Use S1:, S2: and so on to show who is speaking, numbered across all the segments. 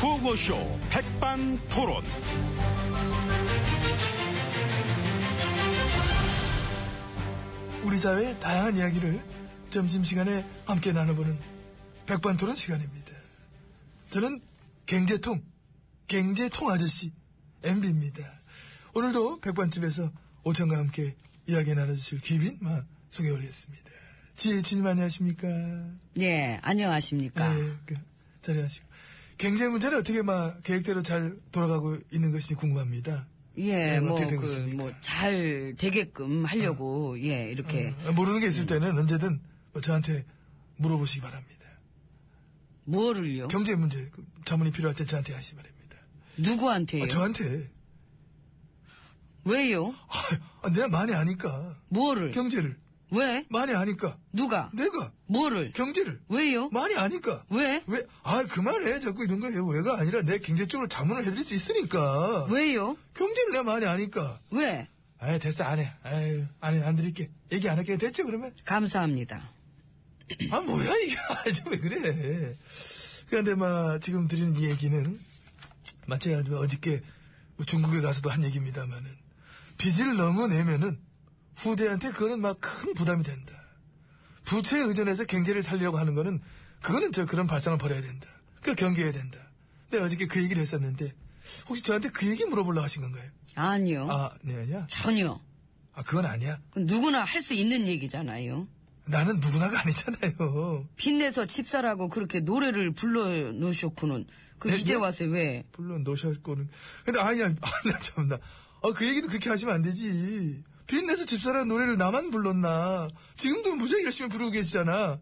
S1: 구호쇼 백반토론.
S2: 우리 사회의 다양한 이야기를 점심시간에 함께 나눠보는 백반토론 시간입니다. 저는 경제통, 경제통 아저씨 MB입니다. 오늘도 백반집에서 오천과 함께 이야기 나눠주실 귀빈 마 소개 올렸습니다. 지혜진님 안녕하십니까?
S3: 예, 안녕하십니까.
S2: 네, 그, 자리하시고. 경제 문제는 어떻게 막 계획대로 잘 돌아가고 있는 것이 궁금합니다.
S3: 예, 뭐,
S2: 네, 어떻게 되고
S3: 그,
S2: 있습니까?
S3: 뭐, 잘 되게끔 하려고, 예, 이렇게.
S2: 어, 모르는 게 있을 때는 언제든 뭐 저한테 물어보시기 바랍니다.
S3: 뭐를요?
S2: 경제 문제 그 자문이 필요할 때 저한테 하시기 바랍니다.
S3: 누구한테요?
S2: 아, 저한테
S3: 왜요?
S2: 아, 내가 많이 아니까
S3: 뭐를?
S2: 경제를
S3: 왜?
S2: 많이 아니까
S3: 누가?
S2: 내가
S3: 뭐를?
S2: 경제를
S3: 왜요?
S2: 많이 아니까
S3: 왜?
S2: 왜? 아 그만해 자꾸 이런 거 해요. 왜가 아니라 내 경제 쪽으로 자문을 해드릴 수 있으니까
S3: 왜요?
S2: 경제를 내가 많이 아니까
S3: 왜?
S2: 아 됐어 안해 아유 안해 안 드릴게 얘기 안 할게 됐죠 그러면
S3: 감사합니다.
S2: 아 뭐야 이게 아주 왜 그래 그런데 막 지금 드리는 이 얘기는 마치 어저께 뭐 중국에 가서도 한 얘기입니다만은 빚을 너무 내면은 후대한테 그거는 막 큰 부담이 된다 부채에 의존해서 경제를 살리려고 하는 거는 그거는 저 그런 발상을 버려야 된다 그 경계해야 된다 내가 어저께 그 얘기를 했었는데 혹시 저한테 그 얘기 물어보려고 하신 건가요?
S3: 아니요.
S2: 아네 아니야
S3: 전혀.
S2: 아 그건 아니야
S3: 그 누구나 할 수 있는 얘기잖아요.
S2: 나는 누구나가 아니잖아요
S3: 빚내서 집사라고 그렇게 노래를 불러 놓으셨고는. 그
S2: 네,
S3: 이제
S2: 네?
S3: 와서 왜?
S2: 물론 노셨고는 근데 아니야 아나 참나 아그 얘기도 그렇게 하시면 안 되지 빈내서 집사라는 노래를 나만 불렀나 지금도 무지하게 열심히 부르고 계시잖아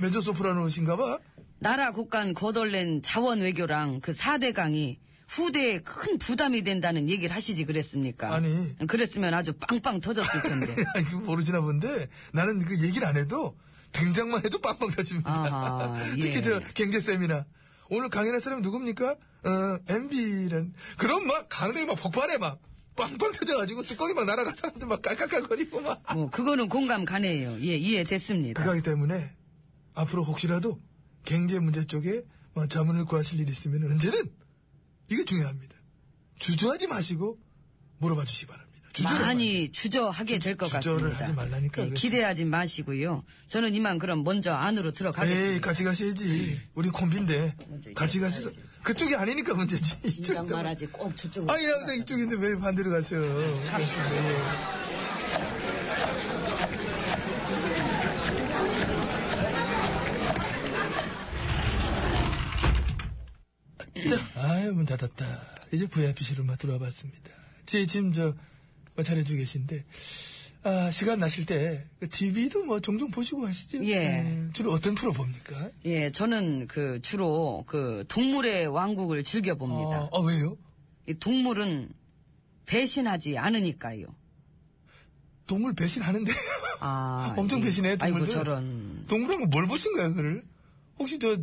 S2: 메조 소프라노신가 봐
S3: 나라 곳간 거덜낸 자원 외교랑 그 4대 강이 후대에 큰 부담이 된다는 얘기를 하시지 그랬습니까?
S2: 아니.
S3: 그랬으면 아주 빵빵 터졌을 텐데.
S2: 아, 이거 모르시나 본데 나는 그 얘기를 안 해도 등장만 해도 빵빵 터집니다
S3: 아하, 예.
S2: 특히 저 경제쌤이나 오늘 강연할 사람 누굽니까? 어, MB라는 그럼 막 강당이 막 폭발해 막 빵빵 터져가지고 뚜껑이 막 날아가 사람들 막 깔깔깔거리고 막
S3: 뭐, 그거는 공감 가네요. 예, 이해됐습니다.
S2: 그거기 때문에 앞으로 혹시라도 경제 문제 쪽에 뭐 자문을 구하실 일 있으면 언제든 이게 중요합니다. 주저하지 마시고 물어봐 주시기 바랍니다. 주저를
S3: 많이 주저하게 될 것
S2: 주저를
S3: 같습니다. 예,
S2: 하지 말라니까, 그래서.
S3: 기대하지 마시고요. 저는 이만 그럼 먼저 안으로 들어가겠습니다.
S2: 에이 같이 가셔야지. 우리 콤비인데
S3: 먼저
S2: 같이
S3: 이쪽으로
S2: 가서
S3: 가야지, 이쪽으로.
S2: 그쪽이 아니니까 문제지.
S3: 이랑
S2: 이쪽이다.
S3: 말하지 꼭 저쪽으로.
S2: 아니 예. 항상 이쪽인데 왜 반대로 가세요?
S3: 갑시다.
S2: 네. 자, 아유 문 닫았다. 이제 VIP실을 막 들어와 봤습니다. 제 지금 저 어, 잘해주고 계신데 아, 시간 나실 때 TV도 뭐 종종 보시고 하시죠?
S3: 예.
S2: 주로 어떤 프로 봅니까?
S3: 예, 저는 그 주로 그 동물의 왕국을 즐겨
S2: 아,
S3: 봅니다.
S2: 아, 왜요?
S3: 이 동물은 배신하지 않으니까요.
S2: 동물 배신하는데.
S3: 아,
S2: 엄청
S3: 이-
S2: 배신해, 동물들.
S3: 아이고 저런.
S2: 동물한 거 뭘 보신 거야, 그를? 혹시 저,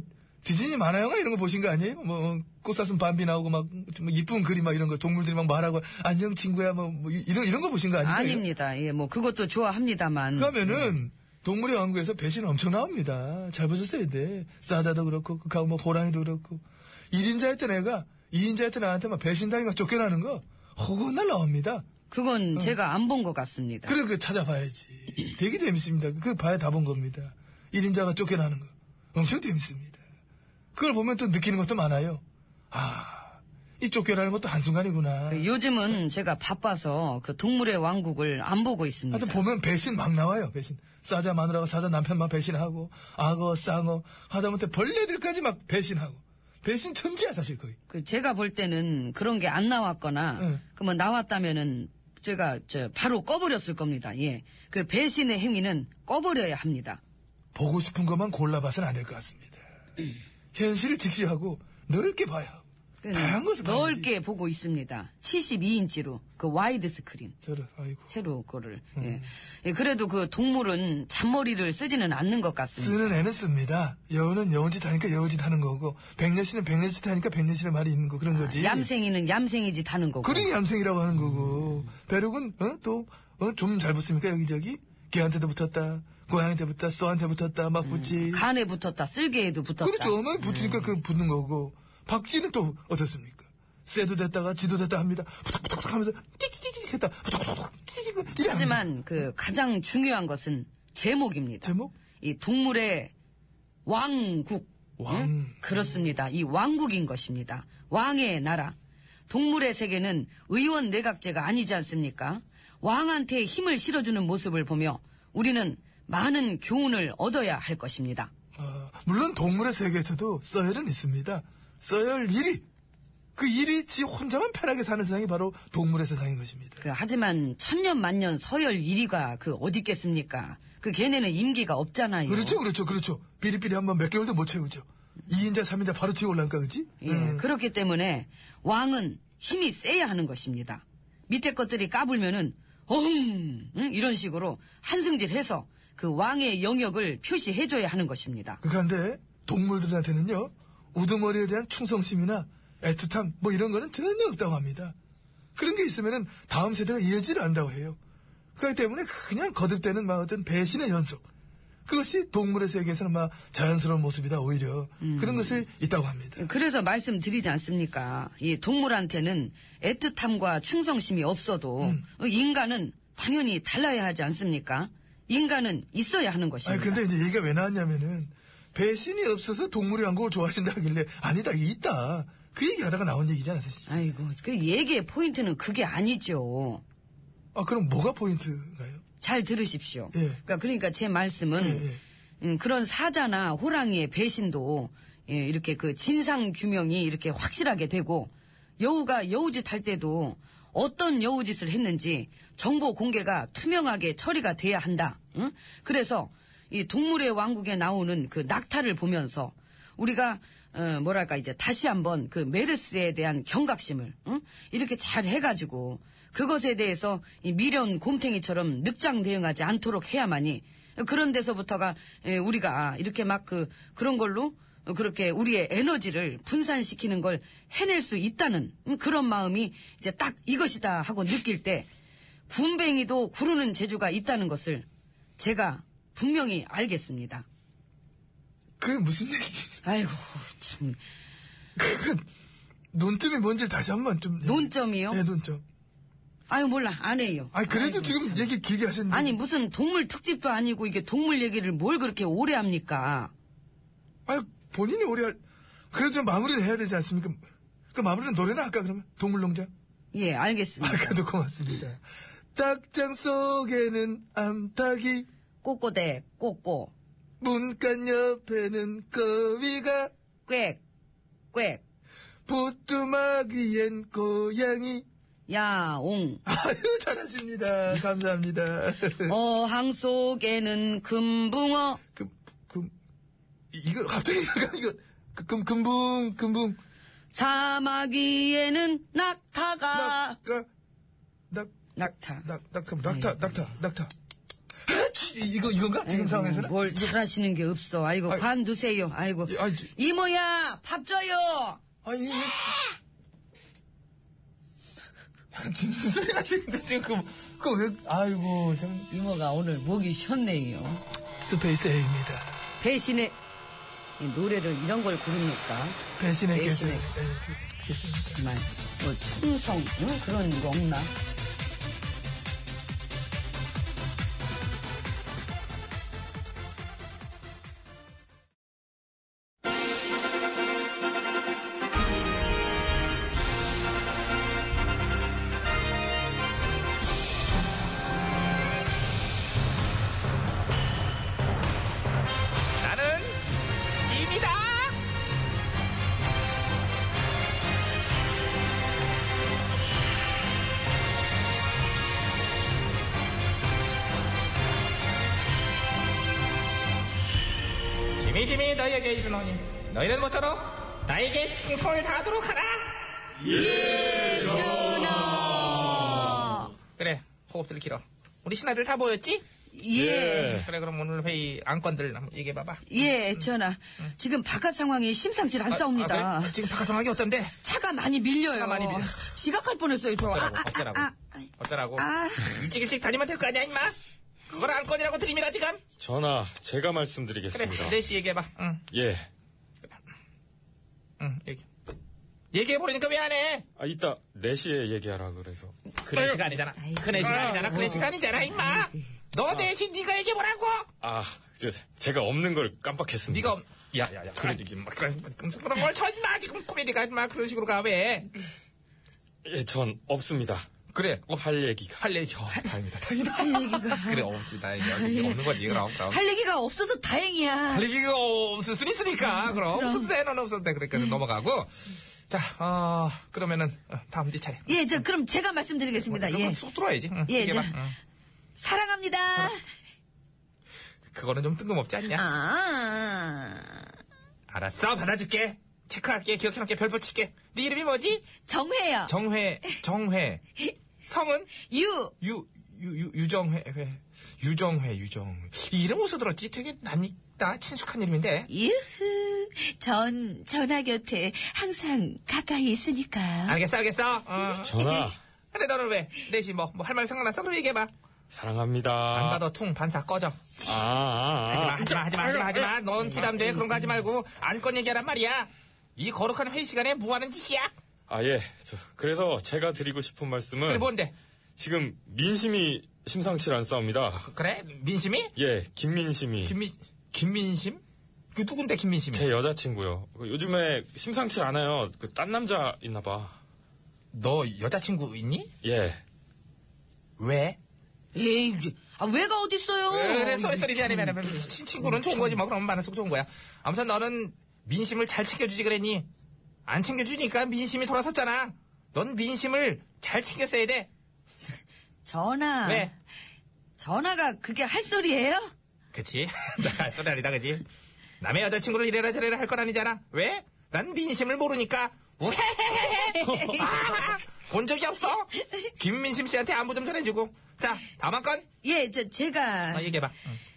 S2: 디즈니 만화영화 이런 거 보신 거 아니에요? 뭐, 꽃사슴 밤비 나오고 막, 좀 이쁜 그림 막 이런 거, 동물들이 막 말하고, 안녕 친구야, 뭐, 뭐 이- 이런, 이런 거 보신 거 아니에요?
S3: 아닙니다. 예, 뭐 그것도 좋아합니다만.
S2: 그러면은, 동물의 왕국에서 배신 엄청 나옵니다. 잘 보셨어야 돼. 싸다도 그렇고, 그, 뭐, 호랑이도 그렇고. 1인자였던 애가, 2인자였던 애한테 막 배신당해 막 쫓겨나는 거, 허구한 날 나옵니다. 어.
S3: 그건 제가 안 본 것 같습니다.
S2: 그래, 그 찾아봐야지. 되게 재밌습니다. 그걸 봐야 다 본 겁니다. 1인자가 쫓겨나는 거. 엄청 재밌습니다. 그걸 보면 또 느끼는 것도 많아요. 아, 이 쫓겨나는 것도 한순간이구나.
S3: 그 요즘은 제가 바빠서 그 동물의 왕국을 안 보고 있습니다.
S2: 하여튼 아, 보면 배신 막 나와요, 배신. 싸자 마누라가 사자 남편만 배신하고, 악어, 쌍어, 하다못해 벌레들까지 막 배신하고. 배신 천지야, 사실 거의.
S3: 그 제가 볼 때는 그런 게 안 나왔거나
S2: 응.
S3: 그러면 나왔다면은 제가 저 바로 꺼버렸을 겁니다. 예, 그 배신의 행위는 꺼버려야 합니다.
S2: 보고 싶은 것만 골라봐서는 안 될 것 같습니다. 현실을 직시하고, 넓게 봐야 하고.
S3: 음. 그
S2: 다양한 것을 봐야지.
S3: 넓게 보고 있습니다. 72인치로 그 와이드 스크린.
S2: 저런, 아이고.
S3: 새로 그거를
S2: 음.
S3: 예. 예, 그래도 그 동물은 잔머리를 쓰지는 않는 것 같습니다.
S2: 쓰는 애는 씁니다. 여우는 여우짓 하니까 여우짓 하는 거고, 백녀신은 백녀짓 하니까 백녀신의 말이 있는 거, 그런 거지.
S3: 아, 얌생이는 얌생이지 다는 거고.
S2: 그러니 얌생이라고 하는 거고, 배룩은, 어? 또, 어? 좀 잘 붙습니까, 여기저기? 개한테도 붙었다, 고양이한테 붙었다,
S3: 음,
S2: 소한테 붙었다, 막 붙지.
S3: 간에 붙었다, 음. 쓸개에도 붙었다.
S2: 그렇죠. 어머니 붙으니까 그 붙는 거고, 박쥐는 또 어떻습니까? 쇠도 됐다가 쥐도 됐다 합니다. 부탁부탁부탁 하면서 찌찌찌찌 했다. 부탁부탁부탁 찌찌찌. 이래 합니다.
S3: 하지만 그 가장 중요한 것은 제목입니다.
S2: 제목?
S3: 이 동물의 왕국. 예?
S2: 왕.
S3: 그렇습니다. 이 왕국인 것입니다. 왕의 나라. 동물의 세계는 의원 내각제가 아니지 않습니까? 왕한테 힘을 실어주는 모습을 보며 우리는 많은 교훈을 얻어야 할 것입니다.
S2: 어, 물론 동물의 세계에서도 써열은 있습니다. 써열 1위. 그 1위 지 혼자만 편하게 사는 세상이 바로 동물의 세상인 것입니다.
S3: 그 하지만 천년 만년 서열 1위가 그 어디 있겠습니까? 그 걔네는 임기가 없잖아요.
S2: 그렇죠, 그렇죠, 그렇죠. 비리비리 한번 몇 개월도 못 채우죠. 2인자, 3인자 바로 치고 올라니까, 그지?
S3: 예, 그렇기 때문에 왕은 힘이 세야 하는 것입니다. 밑에 것들이 까불면은 어흥 응? 이런 식으로 한승질해서 그 왕의 영역을 표시해줘야 하는 것입니다.
S2: 그런데 그러니까 동물들한테는요 우두머리에 대한 충성심이나 애틋함 뭐 이런 거는 전혀 없다고 합니다. 그런 게 있으면은 다음 세대가 이어지를 안다고 해요. 그렇기 때문에 그냥 거듭되는 막 어떤 배신의 연속 그것이 동물의 세계에서는 막 자연스러운 모습이다 오히려 그런
S3: 음.
S2: 것이 있다고 합니다.
S3: 그래서 말씀드리지 않습니까? 이 동물한테는 애틋함과 충성심이 없어도
S2: 음.
S3: 인간은 당연히 달라야 하지 않습니까? 인간은 있어야 하는
S2: 아니
S3: 것입니다.
S2: 근데 이제 얘기가 왜 나왔냐면은 배신이 없어서 동물의 왕국을 좋아하신다 하길래 아니다 이게 있다 그 얘기하다가 나온 얘기잖아 사실.
S3: 아이고 그 얘기의 포인트는 그게 아니죠.
S2: 아 그럼 뭐가 포인트가요?
S3: 잘 들으십시오.
S2: 예.
S3: 그러니까, 그러니까 제 말씀은
S2: 예, 예.
S3: 음, 그런 사자나 호랑이의 배신도 예, 이렇게 그 진상 규명이 이렇게 확실하게 되고 여우가 여우짓 할 때도 어떤 여우짓을 했는지 정보 공개가 투명하게 처리가 돼야 한다. 응? 그래서 이 동물의 왕국에 나오는 그 낙타를 보면서 우리가 어, 뭐랄까 이제 다시 한번 그 메르스에 대한 경각심을 응? 이렇게 잘 해가지고 그것에 대해서 이 미련 곰탱이처럼 늑장 대응하지 않도록 해야만이 그런 데서부터가 에, 우리가 이렇게 막 그 그런 걸로 그렇게 우리의 에너지를 분산시키는 걸 해낼 수 있다는 음, 그런 마음이 이제 딱 이것이다 하고 느낄 때 군뱅이도 구르는 재주가 있다는 것을 제가 분명히 알겠습니다.
S2: 그게 무슨 얘기?
S3: 아이고 참
S2: 논점이 뭔지 다시 한번 좀. 얘기-
S3: 논점이요?
S2: 네, 논점.
S3: 아유 몰라 안 해요.
S2: 아니, 그래도
S3: 아이고,
S2: 지금
S3: 참.
S2: 얘기 길게 하셨는데.
S3: 아니 무슨 동물 특집도 아니고 이게 동물 얘기를 뭘 그렇게 오래 합니까?
S2: 아니, 본인이 오래, 하- 그래도 좀 마무리를 해야 되지 않습니까? 그 마무리는 노래나 할까, 그러면? 동물농장?
S3: 예
S2: 아,
S3: 알겠습니다.
S2: 그래도 고맙습니다. 딱장 속에는 암탉이,
S3: 꼬꼬대 꼬꼬
S2: 문간 옆에는 거위가,
S3: 꽥, 꽥,
S2: 보뚜막이엔 고양이.
S3: 야, 옹.
S2: 아유, 잘하십니다. 감사합니다. 네.
S3: 어항 속에는 금붕어.
S2: 금, 금, 그, 이- 이거 갑자기, 이거, 금- 금, 금붕, 금붕.
S3: 사막 위에는 낙타가.
S2: 낙가 낙,
S3: 낙타.
S2: 낙, 낙, 그럼 낙타, 낙타, 낙타. 네, 아, 치, 이거, 이건가? 지금 상황에서는?
S3: 뭘 잘하시는 게 없어. 아이고,
S2: 아이.
S3: 관두세요. 아이고.
S2: 예, 아이, 저-
S3: 이모야, 밥 줘요!
S2: 아니, 이거. 지금 무슨 소리가 지금, 지금, 그, 그, 왜, 아이고, 참.
S3: 이모가 오늘 목이 쉬었네요.
S2: 스페이스 A입니다.
S3: 배신의, 이 노래를 이런 걸 부릅니까?
S2: 배신의
S3: 배신의
S2: 계승.
S3: 정말, 뭐, 충성, 응? 그런 거 없나?
S1: 나는 짐이다.
S4: 짐이 짐이 너희에게 이르노니 너희는 모처럼 나에게 충성을 다하도록 하라
S3: 예준아!
S4: 그래 호흡들 길어 우리 신하들 다 모였지?
S3: 예.
S4: 그래 그럼 오늘 회의 안건들 한번 얘기해봐봐
S3: 예, 애천아. 지금 바깥 상황이 심상치 않사옵니다.
S4: 아, 그래? 지금 바깥 상황이 어떤데?
S3: 차가 많이 밀려요.
S4: 차가 많이 밀려.
S3: 지각할 뻔했어요, 저.
S4: 어쩌라고 어쩌라고 어쩌라고
S3: 아.
S4: 일찍 일찍 다니면 될 거 아니야 임마 그걸 안건이라고 드림이라 지금
S5: 전하, 제가 예.
S4: 그래 네.
S5: 말씀드리겠습니다.
S4: 내시 얘기해봐 응,
S5: 예.
S4: 응 얘기 얘기해버리니까 왜 안 해?
S5: 아, 이따 4시에 얘기하라 그래서.
S4: 그런 시간이잖아. 그런 시간이잖아. 그런 시간이잖아, 임마. 너 대신 네가 얘기해보라고.
S5: 아, 저, 제가 없는 걸 깜빡했습니다.
S4: 네가 없- 야야야. 아, 그런 얘기 막 그런 그런 걸 전마 지금 코미디가 막 그런 식으로 가 왜?
S5: 예, 전 없습니다.
S4: 그래.
S5: 어, 할 얘기가.
S4: 할 얘기 어, 다행이다. 다행이다. 할 얘기가 그래 없지 다행이야. 얘기 없는 거지 그럼 그럼.
S3: 할 얘기가 없어서 다행이야.
S4: 할 얘기가 없을 순 있으니까 음, 그럼 없어도 돼. 너는 없어도 돼. 그러니까 넘어가고. 자, 어, 그러면은 어, 다음 네 차례.
S3: 예, 저 그럼 제가 말씀드리겠습니다.
S4: 그건
S3: 예.
S4: 쑥 들어야지. 응,
S3: 예,
S4: 얘기해봐.
S3: 자.
S4: 응.
S3: 사랑합니다.
S4: 그거는 좀 뜬금없지 않냐?
S3: 아.
S4: 알았어, 받아줄게. 체크할게, 기억해놓게, 별 붙일게. 네 이름이 뭐지?
S3: 정회요.
S4: 정회, 정회. 성은?
S3: 유.
S4: 유, 유, 유, 유정회, 회. 유정회, 유정회. 이 이름 어디서 들었지? 되게 낯익다, 친숙한 이름인데.
S6: 유후, 전 전화 곁에 항상 가까이 있으니까요.
S4: 알겠어, 알겠어. 어.
S5: 전화,
S4: 근데 너는 왜? 내시 뭐, 뭐 할 말 생각났어? 그럼 얘기해봐.
S5: 사랑합니다.
S4: 안 받아, 퉁, 반사, 꺼져.
S5: 아, 아, 아.
S4: 하지마, 하지마, 하지마, 하지마, 하지마. 넌 부담돼. 그런 거 하지 말고, 안건 얘기하란 말이야. 이 거룩한 회의 시간에 뭐 하는 짓이야?
S5: 아, 예. 저, 그래서 제가 드리고 싶은
S4: 그래,
S5: 말씀은.
S4: 뭔데?
S5: 지금 민심이 심상치 않사옵니다.
S4: 그래? 민심이?
S5: 예, 김민심이.
S4: 김민 김민심? 그 누군데 김민심이?
S5: 제 여자친구요. 그 요즘에 심상치 않아요. 그 딴 남자 있나봐.
S4: 너 여자친구 있니?
S5: 예.
S4: 왜?
S3: 에이, 아, 왜가 어딨어요?
S4: 그래 쏘리 쏘리 미안해 미안해 미안해. 친- 친구는 좋은 거지 뭐 그럼 많을수록 좋은 거야. 아무튼 너는 민심을 잘 챙겨주지 그랬니? 안 챙겨주니까 민심이 돌아섰잖아. 넌 민심을 잘 챙겼어야 돼.
S3: 전화.
S4: 왜?
S3: 전화가 그게 할 소리예요?
S4: 그치? 나 쏘리 아니다 그지? 남의 여자친구를 이래라 저래라 할 건 아니잖아. 왜? 난 민심을 모르니까 우헤헤헤헤 아, 본 적이 없어. 김민심 씨한테 안부 좀 전해주고. 자 다음 건
S3: 예, 저 제가
S4: 어, 얘기해봐.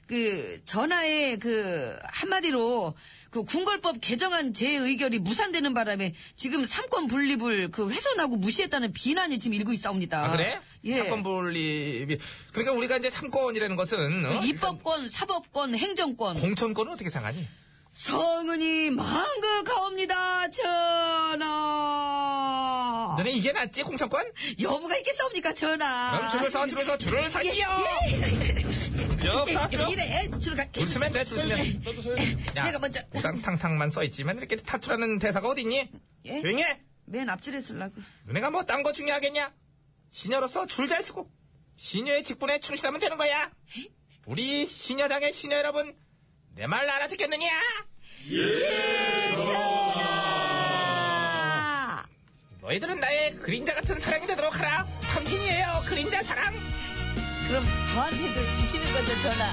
S3: 그 전화에 그 한마디로 그 군걸법 개정안 제 의결이 무산되는 바람에 지금 삼권 분립을 그 훼손하고 무시했다는 비난이 지금 일고 있사옵니다.
S4: 아, 그래?
S3: 예.
S4: 삼권 분립이 그러니까 우리가 이제 삼권이라는 것은 어?
S3: 그 입법권, 사법권, 행정권.
S4: 음. 공천권은 어떻게 생각하니?
S3: 성은이 망극하옵니다. 전하.
S4: 너네 이게 낫지 공천권?
S3: 여부가 있겠사옵니까, 전하?
S4: 그럼 줄을 서 줄을 서 줄을 서시오.
S3: 예,
S4: 쭉쭉줄
S3: 이래, 줄을 가.
S4: 서면 돼, 줄 서면. 야,
S3: 예, 내가 먼저.
S4: 우당탕탕만 써 있지만 이렇게 타투라는 대사가 어딨니?
S3: 예?
S4: 조용히 해.
S3: 맨 앞줄에 쓰려고.
S4: 너네가 뭐 딴 거 중요하겠냐? 시녀로서 줄 잘 쓰고 시녀의 직분에 충실하면 되는 거야. 우리 시녀당의 시녀 여러분 내 말 알아듣겠느냐?
S3: 아,
S4: 너희들은 나의 그림자 같은 사랑이 되도록 하라. 당신이에요 그림자 사랑. 아.
S3: 그럼 저한테도 주시는 거죠, 전하?